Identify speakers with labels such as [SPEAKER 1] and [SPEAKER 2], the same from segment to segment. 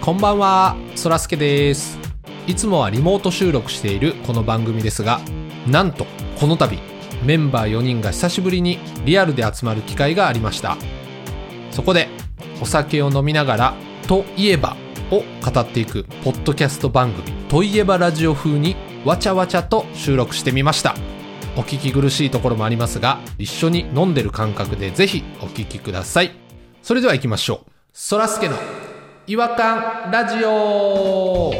[SPEAKER 1] こんばんは、そらすけです。いつもはリモート収録しているこの番組ですが、なんとこの度、メンバー4人が久しぶりにリアルで集まる機会がありました。そこで、お酒を飲みながら、といえばを語っていくポッドキャスト番組、といえばラジオ風にわちゃわちゃと収録してみました。お聞き苦しいところもありますが、一緒に飲んでる感覚でぜひお聞きください。それでは行きましょう。そらすけの違和感ラジオ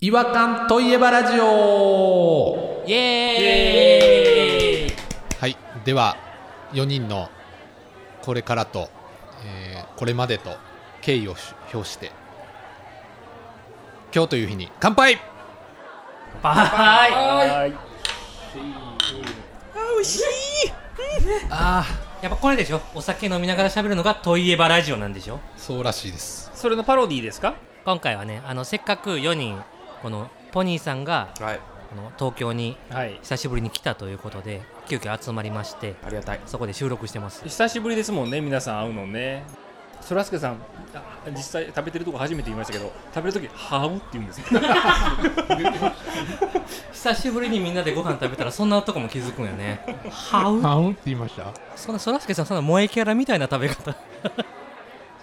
[SPEAKER 1] 違和感といえばラジオ
[SPEAKER 2] イエーイ
[SPEAKER 1] はい、では4人のこれからと、えーこれまでと敬意を表して今日という日に乾杯
[SPEAKER 2] バイ
[SPEAKER 1] あ
[SPEAKER 2] やっぱこれでしょお酒飲みながら喋るのがといえばラジオなんでしょ
[SPEAKER 1] あそうらしいです
[SPEAKER 3] それのパロディーですか
[SPEAKER 2] 今回はねあのせっかく4人このポニーさんが
[SPEAKER 3] はい
[SPEAKER 2] あの東京に
[SPEAKER 3] はい
[SPEAKER 2] 久しぶりに来たということで急遽集まりまして
[SPEAKER 3] ありがたい
[SPEAKER 2] そこで収録してます
[SPEAKER 3] 久しぶりですもんね皆さん会うのねそらすけさんあ実際食べてるとこ初めて言いましたけど食べるとき「はう」って言うんですよ
[SPEAKER 2] 久しぶりにみんなでご飯食べたらそんなとこも気づくんよねはう
[SPEAKER 1] あうんって言いました
[SPEAKER 2] そんなそらすけさんそんな萌えキャラみたいな食べ方 じゃ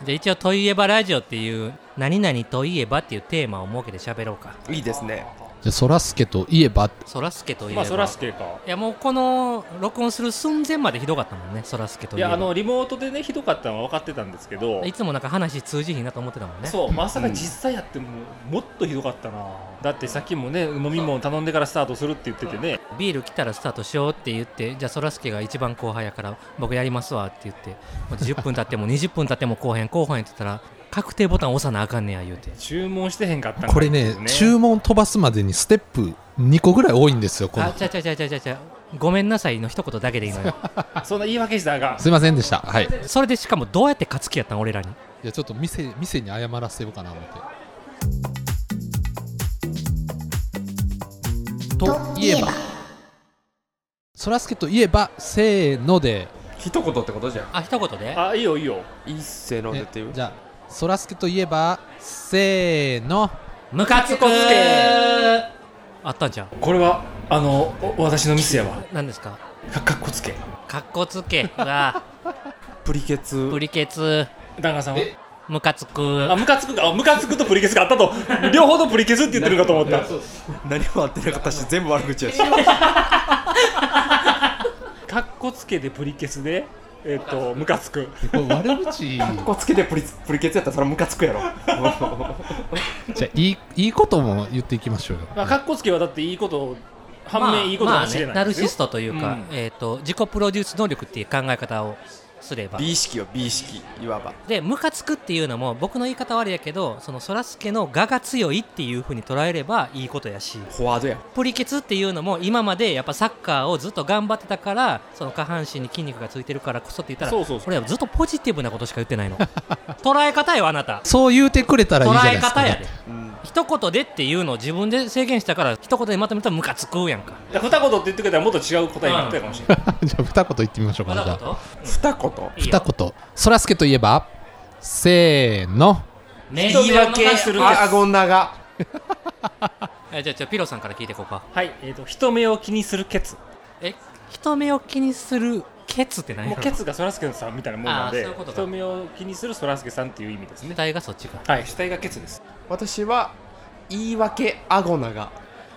[SPEAKER 2] あ一応「といえばラジオ」っていう「何々といえば」っていうテーマを設けて喋ろうか
[SPEAKER 4] いいですね。
[SPEAKER 1] じゃあそらすけといえば
[SPEAKER 2] そらすけといえば、
[SPEAKER 3] まあそらすけか
[SPEAKER 2] いやもうこの録音する寸前までひどかったもんねそらすけと
[SPEAKER 3] い
[SPEAKER 2] いえば
[SPEAKER 3] やあのリモートでねひどかったのは分かってたんですけど
[SPEAKER 2] いつもなんか話通じひんなと思ってたもんね
[SPEAKER 3] そうまさか実際やってももっとひどかったなだってさっきもね飲み物頼んでからスタートするって言っててね
[SPEAKER 2] ビール来たらスタートしようって言ってじゃあそらすけが一番後輩やから僕やりますわって言ってもう10分経っても20分経っても後編後編って言ったら確定ボタン押さなあかんねや言うて
[SPEAKER 3] 注文してへんかったんか
[SPEAKER 1] これね注文飛ばすまでにステップ2個ぐらい多いんですよこ
[SPEAKER 2] あ
[SPEAKER 1] の
[SPEAKER 2] ちゃちゃちゃちゃちゃちゃごめんなさいの一言だけでいいのよ
[SPEAKER 3] そんな言い訳したらあか
[SPEAKER 1] すいませんでしたはいじ
[SPEAKER 2] それでしかもどうやって勝つ気やったん俺らに
[SPEAKER 1] ゃあちょっと店店に謝らせようかな思ってといえばそらすけといえばせーので
[SPEAKER 4] 一言ってことじゃん。
[SPEAKER 2] あ一言で
[SPEAKER 3] んあいいよいいよ
[SPEAKER 4] いいっせーのでっていう
[SPEAKER 1] え。じゃあそらすけといえばせーの
[SPEAKER 2] ムカつく
[SPEAKER 3] ムカつく
[SPEAKER 2] あったんじゃん
[SPEAKER 3] これはあのお私のミスやわ
[SPEAKER 2] 何ですか
[SPEAKER 3] かかっこつけ
[SPEAKER 2] かっこつけが
[SPEAKER 4] プリケツ
[SPEAKER 2] プ。リケツ
[SPEAKER 3] 旦那さんは
[SPEAKER 1] え
[SPEAKER 2] ムカつく
[SPEAKER 3] あムカつくかあムカつくとプリケツがあったと 両方とプリケツって言ってるかと思った
[SPEAKER 4] 何も合ってなかったし、全部悪口やし。
[SPEAKER 3] かっこつけでプリケツでえっとムカつく
[SPEAKER 1] これ悪口じゃ
[SPEAKER 4] こつけてプリプリケツやったらそれムカつくやろ。
[SPEAKER 1] あいいいいことも言っていきましょうよ
[SPEAKER 3] まあかっこつけはだっていいこと反面いいことかもしれ
[SPEAKER 2] ま
[SPEAKER 3] な
[SPEAKER 2] あね、ナ
[SPEAKER 3] い
[SPEAKER 2] ル
[SPEAKER 3] です
[SPEAKER 2] シ
[SPEAKER 3] よ
[SPEAKER 2] ストというか、えー、と自己プロデュース能力っていう考え方をすれば
[SPEAKER 4] 美意識よ、美意識。いわば。
[SPEAKER 2] でムカつくっていうのも僕の言い方はあれやけどそのそらすけの我が強いっていうふうに捉えればいいことやし
[SPEAKER 4] フォワードや。
[SPEAKER 2] プリケツっていうのも今までやっぱサッカーをずっと頑張ってたからその下半身に筋肉がついてるからこそって言ったら
[SPEAKER 3] そうそうそう
[SPEAKER 2] 俺はずっとポジティブなことしか言ってないの 捉え方よあなた
[SPEAKER 1] そう言うてくれたらいいじゃない
[SPEAKER 2] 捉え
[SPEAKER 1] ですか
[SPEAKER 2] 方やで
[SPEAKER 4] うん。
[SPEAKER 2] 一言でっていうのを自分で制限したから一言でまとめたらムカつくやんか
[SPEAKER 3] 二言って言ってくれたらもっと違う答えになってたかもしれない
[SPEAKER 1] じゃあ二言言ってみましょうかじゃ
[SPEAKER 2] 二
[SPEAKER 1] あ
[SPEAKER 4] 二言。
[SPEAKER 2] 言いいよ
[SPEAKER 1] 二言そらすけといえばせーの
[SPEAKER 2] ね
[SPEAKER 3] 人目を逃するんです
[SPEAKER 4] 顎長。
[SPEAKER 2] えじゃあじゃあピロさんから聞いてこうか
[SPEAKER 3] はいえっと人目を気にするケツ
[SPEAKER 2] え人目を気にするケツって何
[SPEAKER 3] もうケツがそらすけさんみたいなもんなん
[SPEAKER 2] あー
[SPEAKER 3] で
[SPEAKER 2] そういうことか
[SPEAKER 3] 人目を気にするそらすけさんっていう意味ですね
[SPEAKER 2] 体がそっちか
[SPEAKER 3] はい死体がケツです
[SPEAKER 4] 私は、言い訳顎長。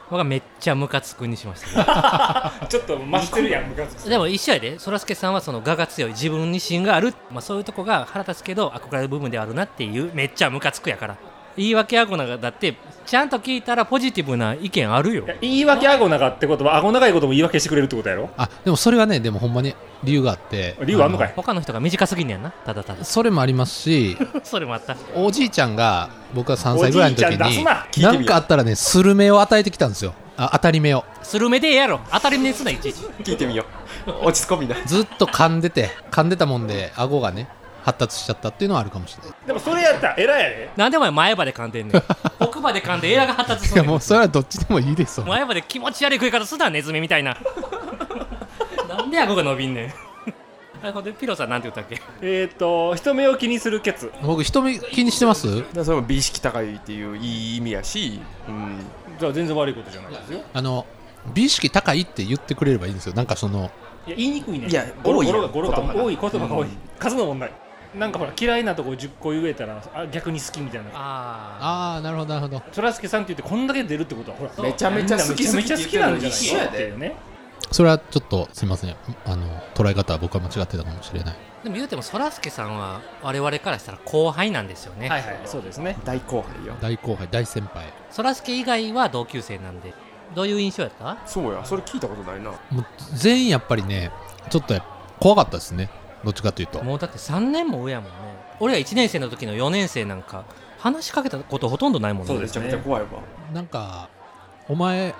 [SPEAKER 2] 僕はめっちゃムカつくにしましたけ
[SPEAKER 3] ちょっと増してるやんムカつ
[SPEAKER 2] ど
[SPEAKER 3] く
[SPEAKER 2] でも一試合でそらすけさんはその我が強い自分に芯がある、まあ、そういうとこが腹立つけど憧れる部分ではあるなっていうめっちゃムカつくやから言い訳あごながだってちゃんと聞いたらポジティブな意見あるよ
[SPEAKER 3] いや言い訳顎長ってことは顎長いことも言い訳してくれるってことやろ
[SPEAKER 1] あでもそれはねでもほんまに理由があって
[SPEAKER 3] 理由あんのかい
[SPEAKER 2] 他の人が短すぎんねやなただただ
[SPEAKER 1] のそれもあります し
[SPEAKER 2] それもあった
[SPEAKER 1] おじいちゃんが僕が3歳ぐらいの時
[SPEAKER 3] おじいちゃん出す
[SPEAKER 1] に
[SPEAKER 3] な
[SPEAKER 4] 聞いてみよ
[SPEAKER 1] な
[SPEAKER 4] うん
[SPEAKER 1] かあったらねスルメを与えてきたんですよあ当たり目を
[SPEAKER 2] スルメでええやろ当たり前にすないちいち
[SPEAKER 4] 聞いてみよう。 落ち込みな。
[SPEAKER 1] ずっと噛んでて噛んでたもんで顎がね発達しちゃったっていうのはあるかもしれない
[SPEAKER 3] でもそれやったら偉いやで
[SPEAKER 2] なんでお前前歯で噛んでんねん奥歯で噛んでエラが発達す
[SPEAKER 1] いや
[SPEAKER 2] る
[SPEAKER 1] もうそれはどっちでもいいですよ
[SPEAKER 2] 前歯で気持ち悪い食い方すなネズミみたいななんで顎が伸びんねん あほんでピロさんなんて言ったっけ
[SPEAKER 3] えっと人目を気にするケツ
[SPEAKER 1] 僕人目気にしてます
[SPEAKER 4] らそれも美意識高いっていういい意味やし、うん、
[SPEAKER 3] じゃあ全然悪いことじゃないですよ
[SPEAKER 1] あの美意識高いって言ってくれればいいんですよなんかその
[SPEAKER 3] いや言いにくいね
[SPEAKER 4] いや
[SPEAKER 3] ゴロ
[SPEAKER 4] 多い
[SPEAKER 3] ゴ
[SPEAKER 4] や
[SPEAKER 3] ロがゴロが
[SPEAKER 4] 言葉が
[SPEAKER 3] 多い言葉が多い、
[SPEAKER 4] うん
[SPEAKER 3] 数の問題なんかほら嫌いなとこ10個言えたらあ逆に好きみたいな
[SPEAKER 2] あ
[SPEAKER 1] ああなるほどなるほど
[SPEAKER 3] そらすけさんって言ってこんだけ出るってことはほら
[SPEAKER 4] めちゃめちゃ好き好
[SPEAKER 3] め
[SPEAKER 4] き
[SPEAKER 3] ちゃめちゃ好きなんじゃないのっていうね
[SPEAKER 1] それはちょっとすいませんあの捉え方は僕は間違ってたかもしれない
[SPEAKER 2] あでも言うてもそらすけさんは我々からしたら後輩なんですよね
[SPEAKER 3] はいはいそうですね
[SPEAKER 4] 大後輩よ
[SPEAKER 1] 大後輩大先輩
[SPEAKER 2] そらすけ以外は同級生なんでどういう印象やった
[SPEAKER 4] そうやそれ聞いたことないな
[SPEAKER 1] もう全員やっぱりねちょっとやっぱ怖かったですねどっちかというと
[SPEAKER 2] もうだって3年も上やもんね俺ら1年生の時の4年生なんか話しかけたことほとんどないもんね
[SPEAKER 3] そうで
[SPEAKER 4] め
[SPEAKER 3] す
[SPEAKER 4] ちゃめちゃ怖いわ
[SPEAKER 1] なんかお前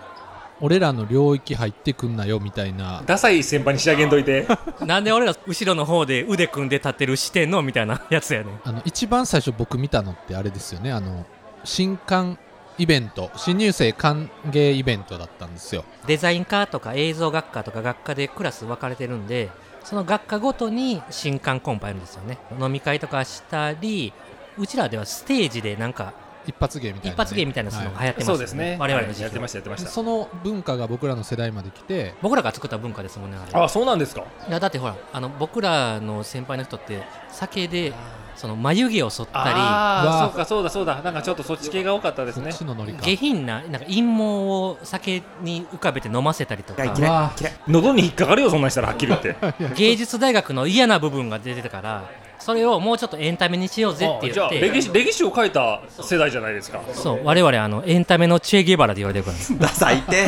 [SPEAKER 1] 俺らの領域入ってくんなよみたいな
[SPEAKER 3] ダサい先輩に仕上げんといて
[SPEAKER 2] なんで俺ら後ろの方で腕組んで立ってる視点のみたいなやつやねん
[SPEAKER 1] あの一番最初僕見たのってあれですよねあの新刊イベント新入生歓迎イベントだったんですよ
[SPEAKER 2] デザイン科とか映像学科とか学科でクラス分かれてるんでその学科ごとに新刊コンパあるんですよね飲み会とかしたりうちらではステージでなんか
[SPEAKER 1] 一発芸みたいなね、
[SPEAKER 2] 一発芸みたいなのするのが流行ってます
[SPEAKER 3] そ
[SPEAKER 2] よ
[SPEAKER 3] うですね
[SPEAKER 2] 我々の
[SPEAKER 3] はい
[SPEAKER 2] 時
[SPEAKER 3] やって
[SPEAKER 2] 期
[SPEAKER 3] ましたやってました
[SPEAKER 1] その文化が僕らの世代まで来て
[SPEAKER 2] 僕らが作った文化ですもんねあれ
[SPEAKER 3] あそうなんですか
[SPEAKER 2] いやだってほらあの僕らの先輩の人って酒でその眉毛を剃った
[SPEAKER 1] わあ
[SPEAKER 3] ああそうかそうだそうだなんかちょっとそっち系が多かったです
[SPEAKER 1] そ
[SPEAKER 3] ね
[SPEAKER 1] っちのノリ
[SPEAKER 2] り
[SPEAKER 1] か
[SPEAKER 2] 下品ななんか陰謀を酒に浮かべて飲ませたりと
[SPEAKER 4] 嫌い
[SPEAKER 2] か
[SPEAKER 4] 嫌
[SPEAKER 1] わ
[SPEAKER 4] い嫌い
[SPEAKER 3] 喉に引っかかるよそんなんしたらはっきり言って
[SPEAKER 2] 芸術大学の嫌な部分が出てたからそれをもうちょっとエンタメにしようぜって
[SPEAKER 3] じ
[SPEAKER 2] 言っ
[SPEAKER 3] ゃあ
[SPEAKER 2] て
[SPEAKER 3] 歴史歴史を書いた世代じゃないですか
[SPEAKER 2] そう我々あのエンタメのチェ・ゲバラで言われてるから、
[SPEAKER 4] ダサい って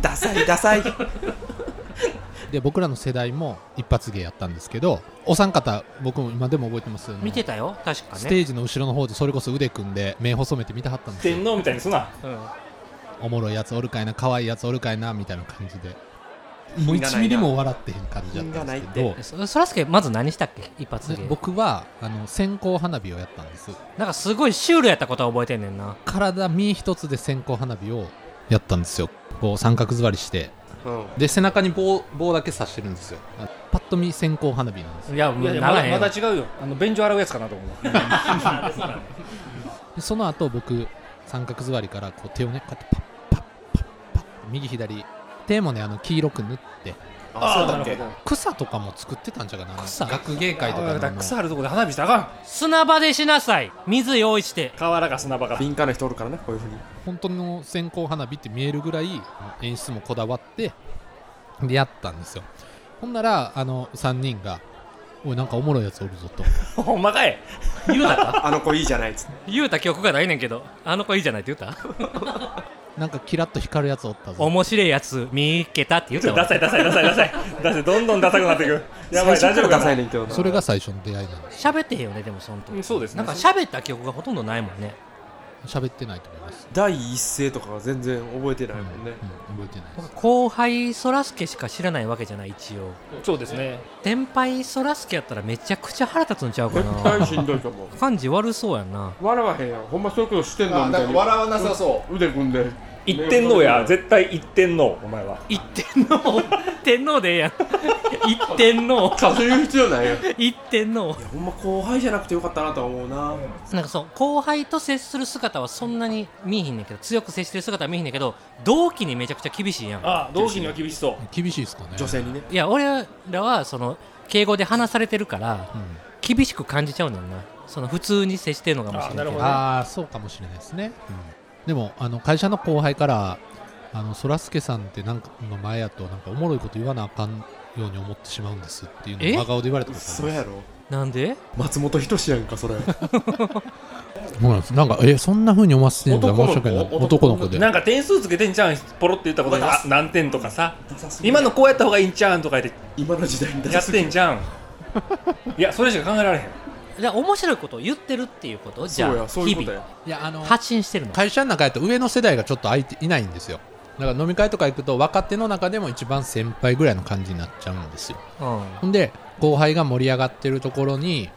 [SPEAKER 4] ダサいダサい
[SPEAKER 1] で僕らの世代も一発芸やったんですけどお三方僕も今でも覚えてます
[SPEAKER 2] 見てたよ確か
[SPEAKER 1] ス
[SPEAKER 2] ね
[SPEAKER 1] テージの後ろの方でそれこそ腕組んで目細めて見てはったんですよ
[SPEAKER 3] 天皇みたいにすな
[SPEAKER 1] おもろいやつおるかいな可愛いやつおるかいなみたいな感じでもう
[SPEAKER 4] 品がないな
[SPEAKER 1] 1ミリも笑ってへん感じだったんですけ
[SPEAKER 4] 品
[SPEAKER 1] ど
[SPEAKER 4] が
[SPEAKER 2] そそらすけまず何したっけ一発
[SPEAKER 1] で
[SPEAKER 2] 芸
[SPEAKER 1] 僕はあの線香花火をやったんです
[SPEAKER 2] なんかすごいシュールやったことは覚えてんねんな
[SPEAKER 1] 体身一つで線香花火をやったんですよこう三角座りして
[SPEAKER 4] うん
[SPEAKER 1] で背中に棒棒だけ刺してるんですよあパッと見線香花火なんですよ
[SPEAKER 2] いや
[SPEAKER 3] い
[SPEAKER 2] も
[SPEAKER 3] や
[SPEAKER 2] う
[SPEAKER 3] いや
[SPEAKER 2] な
[SPEAKER 3] ま
[SPEAKER 2] ら
[SPEAKER 3] だ
[SPEAKER 2] へん
[SPEAKER 3] ま
[SPEAKER 2] よ
[SPEAKER 3] だ違うよあの便所洗うやつかなと思う
[SPEAKER 1] でその後僕三角座りからこう手をねこうやってパッパッパッパッって右左手もねあの黄色く塗って
[SPEAKER 4] あそうだっけ
[SPEAKER 3] なる
[SPEAKER 1] 草とかも作ってたんちゃうかなあの
[SPEAKER 2] 草
[SPEAKER 1] 学芸会とか
[SPEAKER 3] あ
[SPEAKER 1] の
[SPEAKER 3] だから
[SPEAKER 1] あの
[SPEAKER 3] 草あるとこで花火したらあか
[SPEAKER 2] 砂場でしなさい水用意して
[SPEAKER 3] ん河原か砂場か
[SPEAKER 4] 敏感な人おるからねこういうふうに
[SPEAKER 1] 本当の線香花火って見えるぐらい演出もこだわってでやったんですよほんならあの3人が「おいなんかおもろいやつおるぞ」と
[SPEAKER 3] ほんまかい
[SPEAKER 2] 言う た
[SPEAKER 4] あの子いいじゃないっつって
[SPEAKER 2] 言うた記憶がないねんけどあの子いいじゃないって言うた
[SPEAKER 1] なんかキラッと光るやつおったぞ
[SPEAKER 2] 面白いやつ見っけたって言う
[SPEAKER 3] ちょ
[SPEAKER 2] た
[SPEAKER 3] っとダ
[SPEAKER 2] わ
[SPEAKER 3] サいダサいダサいダサいダサいどんどんダサくなっていくやばい大丈夫か
[SPEAKER 4] ダ
[SPEAKER 3] な
[SPEAKER 4] サいねんけどな
[SPEAKER 1] それが最初の出会いなんです
[SPEAKER 2] 喋ってへんよねでもその
[SPEAKER 3] うん
[SPEAKER 2] 時
[SPEAKER 3] そうです
[SPEAKER 2] な
[SPEAKER 3] ね
[SPEAKER 2] んか喋った記憶がほとんどないもんね
[SPEAKER 1] 喋ってないと思います、
[SPEAKER 4] 第一声とかは全然覚えてな
[SPEAKER 1] うん
[SPEAKER 4] いうもんね
[SPEAKER 1] ん、覚えてないです
[SPEAKER 2] 後輩そらすけしか知らないわけじゃない一応
[SPEAKER 3] そうですね
[SPEAKER 2] 先輩そらすけやったらめちゃくちゃ腹立つんちゃうか
[SPEAKER 4] 絶対
[SPEAKER 2] な
[SPEAKER 4] しんどいと 思う
[SPEAKER 2] 感じ悪そうやんな
[SPEAKER 4] 笑わへんやんほんまそういうことしてんのみたいに
[SPEAKER 5] わなさそう
[SPEAKER 4] 腕組んで
[SPEAKER 3] 一点の や絶対一点のお前は
[SPEAKER 2] 一天皇天皇で ええやん一天皇
[SPEAKER 4] そういう必要ないやんい
[SPEAKER 2] 一天皇
[SPEAKER 4] やほんま後輩じゃなくてよかったなとは思うな
[SPEAKER 2] なんかそう後輩と接する姿はそんなに見えへんねんけど強く接してる姿は見えへんねんけど同期にめちゃくちゃ厳しいやん
[SPEAKER 3] ああ同期には厳しそう
[SPEAKER 1] 厳しいですかね
[SPEAKER 4] 女性にね
[SPEAKER 2] いや俺らはその敬語で話されてるから
[SPEAKER 1] うん
[SPEAKER 2] 厳しく感じちゃうねんなその普通に接してるのかもしれないけ
[SPEAKER 3] あなるほ
[SPEAKER 2] ど
[SPEAKER 3] ど
[SPEAKER 1] ああそうかもしれないですね、うんでもあの会社の後輩からあのそらすけさんってなんかの前やとなんかおもろいこと言わなあかんように思ってしまうんですっていうのを
[SPEAKER 2] え
[SPEAKER 1] 真顔で言われたことあります
[SPEAKER 4] 嘘やろ
[SPEAKER 2] なんで
[SPEAKER 4] 松本人志やんかそれ
[SPEAKER 1] そうなんですなんかえそんな風に思わせてるんだ申し訳ない男の子で
[SPEAKER 3] なんか点数つけてんちゃうんポロって言ったことにあ何点とかさ今のこうやった方がいいんちゃうんとか言っ
[SPEAKER 4] 今の時代に
[SPEAKER 3] て
[SPEAKER 4] 出
[SPEAKER 3] やってんじゃんいやそれしか考えられへん
[SPEAKER 2] じゃあ面白いことを言ってるっていうことじゃ
[SPEAKER 4] そう
[SPEAKER 2] あ
[SPEAKER 4] やそういう
[SPEAKER 2] 日
[SPEAKER 4] ことや
[SPEAKER 2] 々
[SPEAKER 1] いやあの
[SPEAKER 2] 発信してるの
[SPEAKER 1] 会社の中やと上の世代がちょっと空いていないんですよだから飲み会とか行くと若手の中でも一番先輩ぐらいの感じになっちゃうんですよ
[SPEAKER 2] うん
[SPEAKER 1] ほんで後輩が盛り上がってるところに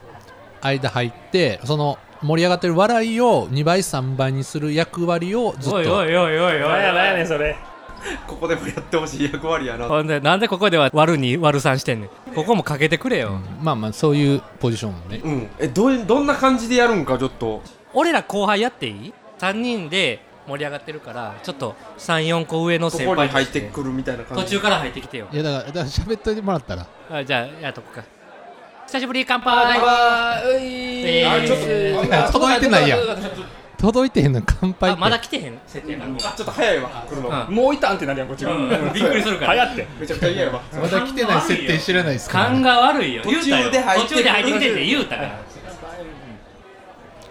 [SPEAKER 1] 間入ってその盛り上がってる笑いを2倍3倍にする役割をずっ
[SPEAKER 2] おいお
[SPEAKER 1] と
[SPEAKER 2] いおいおいおい
[SPEAKER 3] 何や何やねんそれ
[SPEAKER 4] ここでもやってほしい役割やな
[SPEAKER 2] ほんでなんでここでは悪に悪さんしてんねんここもかけてくれよ、
[SPEAKER 1] まあまあそういうポジションもね
[SPEAKER 4] うんえどうどんな感じでやるんかちょっと
[SPEAKER 2] 俺ら後輩やっていい ?3 人で盛り上がってるからちょっと34個上の
[SPEAKER 4] こ
[SPEAKER 2] 先
[SPEAKER 4] こに
[SPEAKER 2] 輩
[SPEAKER 4] 入
[SPEAKER 2] と
[SPEAKER 4] っ
[SPEAKER 2] してて
[SPEAKER 4] くるみたいな感
[SPEAKER 2] 途
[SPEAKER 4] じ
[SPEAKER 2] 中から入ってきてよ
[SPEAKER 1] いやだからだから喋っといてもらったら
[SPEAKER 2] あじゃあやっとこうか久しぶり乾杯
[SPEAKER 4] あーうい
[SPEAKER 2] えー
[SPEAKER 4] あちょっとあ
[SPEAKER 1] 届いてないやん
[SPEAKER 4] ちょっと
[SPEAKER 1] 届いてへんのに乾杯っ
[SPEAKER 2] あ
[SPEAKER 1] て
[SPEAKER 2] まだ来てへん設定なの
[SPEAKER 4] あちょっと早いわ来るの
[SPEAKER 2] うん
[SPEAKER 3] もういたんってなるやんこっちが、
[SPEAKER 2] うんびっくりするから
[SPEAKER 3] 流行って
[SPEAKER 4] めちゃくちゃ嫌やわ
[SPEAKER 1] まだ来てない設定知らないですから、
[SPEAKER 2] 勘が悪いよ
[SPEAKER 4] 途
[SPEAKER 2] 言
[SPEAKER 4] 中
[SPEAKER 2] うたよ
[SPEAKER 4] で入って
[SPEAKER 2] 途中で入ってきてって言うたから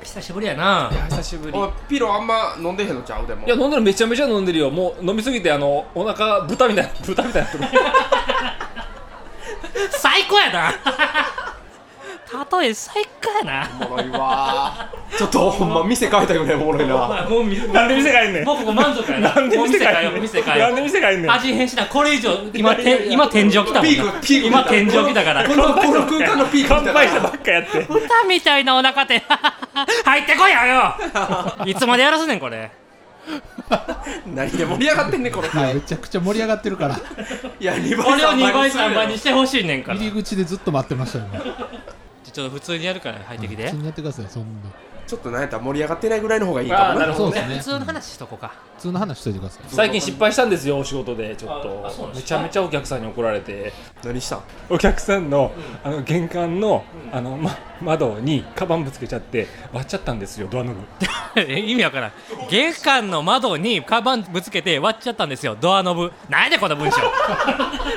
[SPEAKER 2] 久しぶりやな
[SPEAKER 3] 久しぶり
[SPEAKER 4] おいピロあんま飲んでへんのちゃうでも
[SPEAKER 3] いや飲んでるめちゃめちゃ飲んでるよもう飲みすぎてあのお腹豚みたいな豚みたいなとこ
[SPEAKER 2] 最高やな例え最高やな
[SPEAKER 4] おもろいわちょっとほんま店変えたよねおもろいな
[SPEAKER 2] もう見
[SPEAKER 3] なんで店変えんねん
[SPEAKER 2] もうここ満足やな
[SPEAKER 3] なんで
[SPEAKER 2] もう
[SPEAKER 3] 店
[SPEAKER 2] 店
[SPEAKER 3] 変
[SPEAKER 2] 変
[SPEAKER 3] え
[SPEAKER 2] え
[SPEAKER 3] ん
[SPEAKER 2] よ
[SPEAKER 3] ね
[SPEAKER 2] うん店変えよ
[SPEAKER 3] なんで店変えんねん
[SPEAKER 2] 味変しなこれ以上今て今天井来たもんな
[SPEAKER 4] ピークピーク
[SPEAKER 2] 今天井来たから
[SPEAKER 4] このこの空間のピークみ
[SPEAKER 3] 乾
[SPEAKER 4] たいな
[SPEAKER 3] 杯したばっかや って
[SPEAKER 2] 豚みたいなお腹で入ってこいやよいつまでやらすねんこれ
[SPEAKER 4] 何で盛り上がってんねん この
[SPEAKER 1] いや
[SPEAKER 4] 回
[SPEAKER 1] めちゃくちゃ盛り上がってるから
[SPEAKER 4] いや2
[SPEAKER 2] こ
[SPEAKER 4] 倍
[SPEAKER 2] れを2倍
[SPEAKER 4] するやん
[SPEAKER 2] 3倍にしてほしいねんから
[SPEAKER 1] 入り口でずっと待ってましたよね
[SPEAKER 2] ちょっと普通にやるから入ってきて
[SPEAKER 1] 普通にやってくださいそんな
[SPEAKER 4] ちょっとなんやったら盛り上がってないぐらいの方がいいか
[SPEAKER 3] あー
[SPEAKER 4] も
[SPEAKER 3] な
[SPEAKER 4] な
[SPEAKER 3] るほ
[SPEAKER 1] そ
[SPEAKER 3] ど
[SPEAKER 1] うです
[SPEAKER 3] ね
[SPEAKER 1] ね
[SPEAKER 2] 普通の話しとこうか
[SPEAKER 1] 普通の話しといてください
[SPEAKER 3] 最近失敗したんですよお仕事でちょっ
[SPEAKER 2] ああそうな
[SPEAKER 3] と
[SPEAKER 2] んで
[SPEAKER 3] め
[SPEAKER 2] す
[SPEAKER 3] ちゃめちゃお客さんに怒られて
[SPEAKER 4] 何したん
[SPEAKER 3] お客さんのあの玄関のあの、ま、窓にカバンぶつけちゃって割っちゃったんですよドアノブ
[SPEAKER 2] え意味わからん玄関の窓にカバンぶつけて割っちゃったんですよドアノブなんやでこの 文章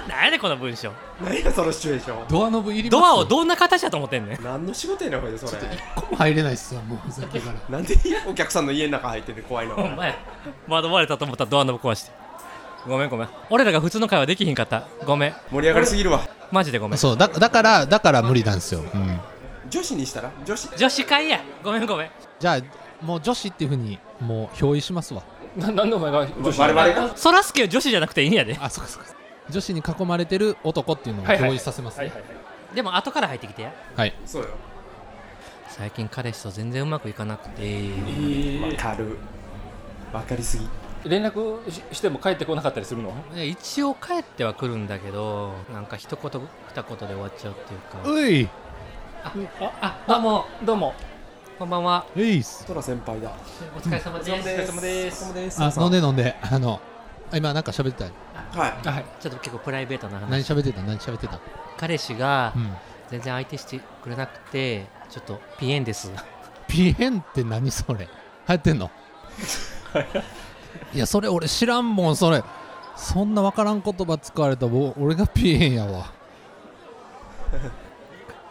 [SPEAKER 2] なんやでこの文章
[SPEAKER 4] 何やそのシチュエーション
[SPEAKER 1] ドアノブ入ります
[SPEAKER 2] ドアをどんな形だと思ってんねん
[SPEAKER 4] 何の仕事やねんほいでそれ
[SPEAKER 1] ここも入れないっすわもうさっきから
[SPEAKER 4] なんでお客さんの家の中入ってんねん怖いの
[SPEAKER 2] お前窓割れたと思ったらドアノブ壊してごめんごめん俺らが普通の会話できひんかったごめん
[SPEAKER 4] 盛り上がりすぎるわ
[SPEAKER 2] マジでごめん
[SPEAKER 1] そうだだからだから無理なんですよ、うん
[SPEAKER 4] 女子にしたら女子
[SPEAKER 2] 女子会やごめんごめん
[SPEAKER 1] じゃあもう女子っていうふうにもう表意しますわ
[SPEAKER 3] ななんでお前が女子
[SPEAKER 4] 我々が
[SPEAKER 2] そらすけは女子じゃなくていいんやで
[SPEAKER 1] あそっかそっか女子に囲まれてる男っていうのを
[SPEAKER 3] はいはい
[SPEAKER 1] 表意させます
[SPEAKER 3] はい
[SPEAKER 1] ね
[SPEAKER 3] はいはい
[SPEAKER 2] でも後から入ってきてや
[SPEAKER 1] はい
[SPEAKER 4] そうよ
[SPEAKER 2] 最近彼氏と全然うまくいかなくて
[SPEAKER 4] わかるわかりすぎ
[SPEAKER 3] 連絡ししても帰ってこなかったりするの
[SPEAKER 2] で一応帰っては来るんだけどなんか一言二言で終わっちゃうっていうか
[SPEAKER 1] うい
[SPEAKER 2] あどうも
[SPEAKER 3] どうも
[SPEAKER 2] こんばんは
[SPEAKER 1] ういっす
[SPEAKER 4] トラ先輩だ
[SPEAKER 2] お疲れ様です
[SPEAKER 4] お疲れ様です
[SPEAKER 1] あ飲んで飲んであのあ今なんか喋ってた
[SPEAKER 4] は
[SPEAKER 3] はい
[SPEAKER 2] ちょっと結構プライベートな話
[SPEAKER 1] 何喋ってた何喋ってた
[SPEAKER 2] 彼氏が
[SPEAKER 1] うん
[SPEAKER 2] 全然相手してくれなくてちょっとピエンです
[SPEAKER 1] ピエンって何それ流行ってんのいやそれ俺知らんもんそれそんな分からん言葉使われたらもう俺がピエンやわ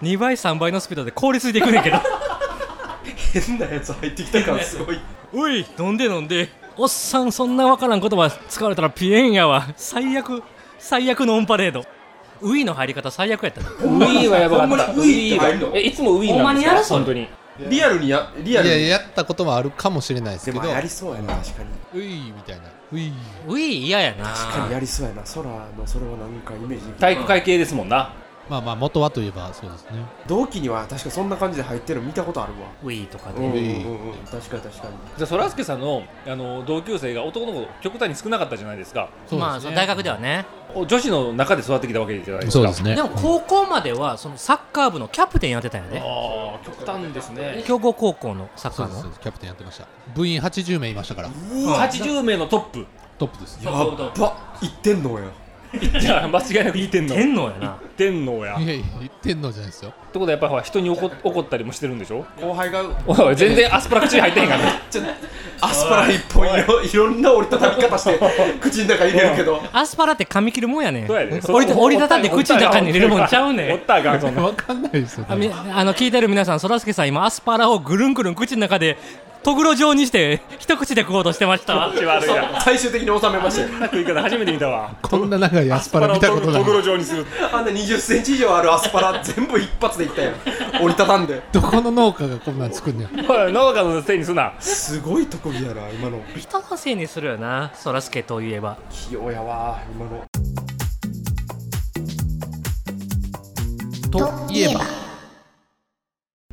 [SPEAKER 2] 2倍3倍のスピードで凍りついていくねんけど
[SPEAKER 4] い変なやつ入ってきたからすごい
[SPEAKER 2] おい飲んで飲んでおっさんそんなわからん言葉使われたらピエンやわ最悪最悪のオンパレードウィーの入り方最悪やったな
[SPEAKER 3] ウィーはやばかった
[SPEAKER 4] ほんまにウィーって入るの
[SPEAKER 3] えいつもウィー
[SPEAKER 2] ほん
[SPEAKER 3] な
[SPEAKER 2] ま
[SPEAKER 3] んで
[SPEAKER 2] に
[SPEAKER 3] す
[SPEAKER 2] や
[SPEAKER 3] か
[SPEAKER 2] るそれ
[SPEAKER 3] 本当に
[SPEAKER 4] リアルにやリ
[SPEAKER 1] い
[SPEAKER 4] アル
[SPEAKER 1] や
[SPEAKER 4] に
[SPEAKER 1] やったことはあるかもしれないです
[SPEAKER 4] で
[SPEAKER 1] けど
[SPEAKER 4] もやりそうやな確かに
[SPEAKER 1] ういみたいなうい
[SPEAKER 2] ウィー嫌や
[SPEAKER 4] 確かに
[SPEAKER 2] な
[SPEAKER 4] やりそうやな空のそれはなんかイメージ
[SPEAKER 3] 体育会系ですもんな
[SPEAKER 1] まあまあ元はといえばそうですね
[SPEAKER 4] 同期には確かそんな感じで入ってるの見たことあるわ
[SPEAKER 2] ウィーとか
[SPEAKER 4] うん
[SPEAKER 2] で
[SPEAKER 4] うんうんうん確かに確かに
[SPEAKER 3] じゃあそらすけさんのあの同級生が男の子極端に少なかったじゃないですか
[SPEAKER 1] そうですね
[SPEAKER 2] まあその大学ではね
[SPEAKER 3] お女子の中で育ってきたわけじゃないですか
[SPEAKER 1] そうですね
[SPEAKER 2] でも高校まではそのサッカー部のキャプテンやってたんやね
[SPEAKER 3] ああ極端ですね
[SPEAKER 2] 強豪高校のサッ
[SPEAKER 1] そ
[SPEAKER 2] カ
[SPEAKER 1] う
[SPEAKER 2] ー
[SPEAKER 1] ですそう
[SPEAKER 2] の
[SPEAKER 1] ですキャプテンやってました部員80名いましたから
[SPEAKER 3] 80名のトップ
[SPEAKER 1] トップです
[SPEAKER 4] やっば言ってんのや
[SPEAKER 3] じゃあ間違いなくいい天皇
[SPEAKER 2] 天皇やな
[SPEAKER 3] 天皇やっ
[SPEAKER 1] い
[SPEAKER 3] て
[SPEAKER 1] やいや言ってんのじゃないですよ
[SPEAKER 3] ことはやっぱりほら人に怒っ怒ったりもしてるんでしょ
[SPEAKER 4] 後輩が
[SPEAKER 3] おい全然アスパラ口に入ってへんからね
[SPEAKER 4] ちょっと アスパラ一本いろいろんな折りたたみ方して 口の中入れるけど
[SPEAKER 2] アスパラって噛み切るもんやねん
[SPEAKER 3] そう やで
[SPEAKER 2] 折りた折りたたんで口の中に入れるもんちゃうね
[SPEAKER 3] おっ
[SPEAKER 2] ん
[SPEAKER 3] たらあかんそんな
[SPEAKER 1] 分かんないですよ
[SPEAKER 2] あみあの聞いてる皆さんそらすけさん今アスパラをぐるんぐるん口の中でとぐろ状にして 一口で食おうとしてましたわ
[SPEAKER 3] 口悪いな
[SPEAKER 4] 最終的に収めましたよ
[SPEAKER 3] 食い方初めて見たわ
[SPEAKER 1] こんな長いアスパラ見たことない
[SPEAKER 3] アスパラをとぐろ状にする
[SPEAKER 4] あんな20センチ以上あるアスパラ 全部一発でいったやん折りたたんで
[SPEAKER 1] どこの農家がこんなん作んねん
[SPEAKER 3] おい農家のせいにすな
[SPEAKER 4] すごい特技やな今の
[SPEAKER 2] 人のせいにするよなそらすけといえば
[SPEAKER 4] 器用やわ今の
[SPEAKER 1] といえば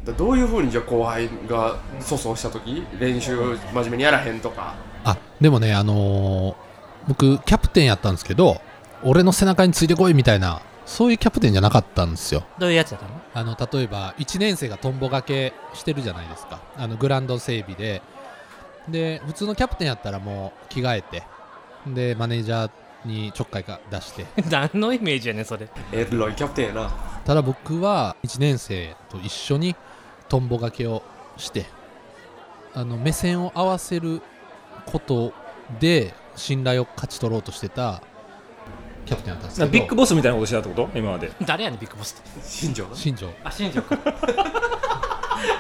[SPEAKER 4] だどういうふうにじゃあ後輩が粗相した時練習真面目にやらへんとか
[SPEAKER 1] あでもねあのー僕キャプテンやったんですけど俺の背中についてこいみたいなそういうキャプテンじゃなかったんですよ
[SPEAKER 2] どういうやつだったの
[SPEAKER 1] あの例えば1年生がトンボがけしてるじゃないですかあのグラウンド整備でで普通のキャプテンやったらもう着替えてでマネージャーにちょっかいが出して
[SPEAKER 2] 何のイメージやねんそれ
[SPEAKER 4] えらいキャプテンやな
[SPEAKER 1] ただ僕は1年生と一緒にトンボがけをしてあの目線を合わせることで信頼を勝ち取ろうとしてたキャプテンだったんですけ
[SPEAKER 3] な
[SPEAKER 1] ど
[SPEAKER 3] ビッグボスみたいなことしてたってこと今まで
[SPEAKER 2] 誰やねんビッグボスって
[SPEAKER 4] 新庄な
[SPEAKER 1] 新庄
[SPEAKER 2] あ新庄か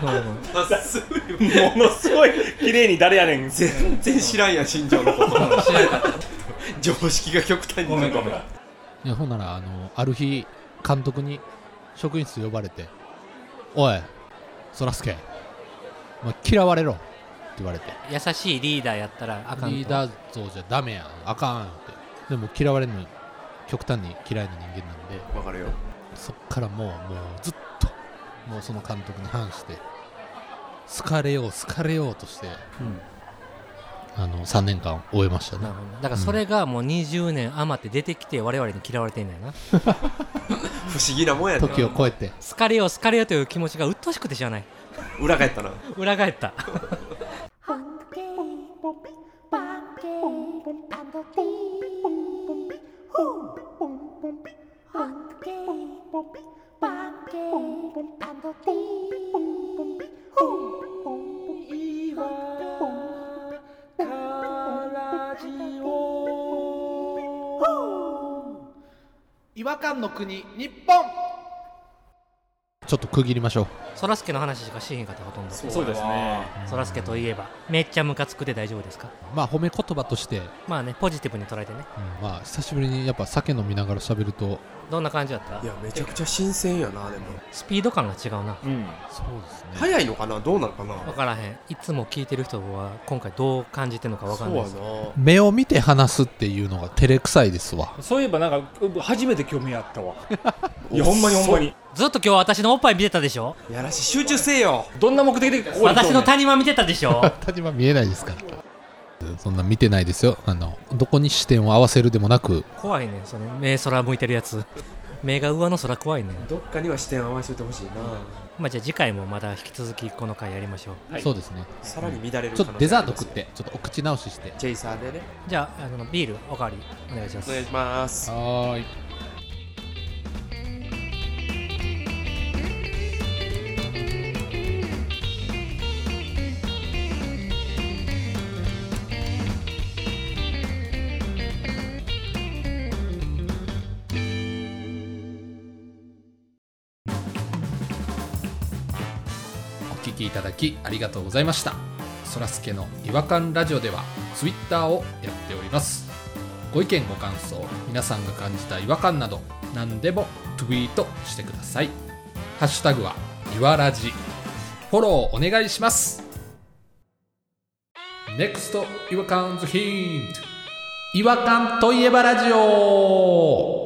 [SPEAKER 2] うん
[SPEAKER 4] まっすぐ
[SPEAKER 3] ものすごい綺麗に誰 やねん
[SPEAKER 4] 全然知らんやん新庄のこと
[SPEAKER 2] 知らんかった
[SPEAKER 4] 常識が極端に
[SPEAKER 3] ごめんごめん
[SPEAKER 1] いやほんならあのある日監督に職員室呼ばれて「おいそらすけお前嫌われろ」って言われて
[SPEAKER 2] 優しいリーダーやったらあかんと
[SPEAKER 1] リーダー像じゃダメやんあかんってでも嫌われるの極端に嫌いな人間なんで
[SPEAKER 4] わかるよ
[SPEAKER 1] そっからもうもうずっともうその監督に反して好かれよう好かれようとして
[SPEAKER 3] うん
[SPEAKER 1] あの3年間終えました
[SPEAKER 2] なる
[SPEAKER 1] ね
[SPEAKER 2] ほどだからそれがもう20年余って出てきて我々に嫌われてんだよな
[SPEAKER 4] 不思議なもんやな
[SPEAKER 1] 時を超えて
[SPEAKER 2] 好かれよう好かれようという気持ちが鬱陶しくてしゃあない
[SPEAKER 4] 裏返ったな
[SPEAKER 2] 裏返った
[SPEAKER 5] Hunky,
[SPEAKER 1] ちょっと区切りましょう
[SPEAKER 2] そらすけの話しかしへんかったほとんど
[SPEAKER 3] そうですね
[SPEAKER 2] そらすけといえばめっちゃムカつくで大丈夫ですか
[SPEAKER 1] まあ褒め言葉として、うん
[SPEAKER 2] まあねポジティブに捉えてね
[SPEAKER 1] まあ久しぶりにやっぱ酒飲みながら喋ると
[SPEAKER 2] どんな感じだった
[SPEAKER 4] いやめちゃくちゃ新鮮やなでも
[SPEAKER 2] スピード感が違うな
[SPEAKER 3] うん
[SPEAKER 1] そうですね
[SPEAKER 4] 早いのかなどうなのかな
[SPEAKER 2] 分からへんいつも聞いてる人は今回どう感じてるのか分かんないです
[SPEAKER 4] そう
[SPEAKER 1] 目を見て話すっていうのが照れくさいですわ
[SPEAKER 3] そういえばなんか初めて興味あったわいや
[SPEAKER 4] やな
[SPEAKER 3] ほんまにほんまに
[SPEAKER 2] ずっと今日私のおっぱい見てたでしょ
[SPEAKER 4] やらしい集中せえよ
[SPEAKER 3] どんな目的でここに
[SPEAKER 2] 私の
[SPEAKER 3] 興味
[SPEAKER 2] 谷間見てたでしょ
[SPEAKER 1] 立場見えないですからそんな見てないですよあのどこに視点を合わせるでもなく
[SPEAKER 2] 怖いねその目空向いてるやつ目が上の空怖いね
[SPEAKER 4] どっかには視点合わせてほしいな
[SPEAKER 2] まあじゃあ次回もまた引き続きこの回やりましょう
[SPEAKER 3] はい
[SPEAKER 1] そうですね
[SPEAKER 4] さらに乱れる
[SPEAKER 1] ちょっとデザート
[SPEAKER 4] 可能性あ
[SPEAKER 1] 食
[SPEAKER 4] ります
[SPEAKER 1] っ
[SPEAKER 4] よ
[SPEAKER 1] てちょっとお口直しして
[SPEAKER 4] チェイサーでね
[SPEAKER 2] じゃああのビールおかわりお願いしま
[SPEAKER 4] お
[SPEAKER 2] す
[SPEAKER 4] 願いします
[SPEAKER 1] はーいお聞きいただきありがとうございましたそらすけの違和感ラジオではツイッターをやっておりますご意見ご感想皆さんが感じた違和感など何でもツイートしてくださいハッシュタグはいわらじフォローお願いします NEXT 違和感ズヒント違和感といえばラジオ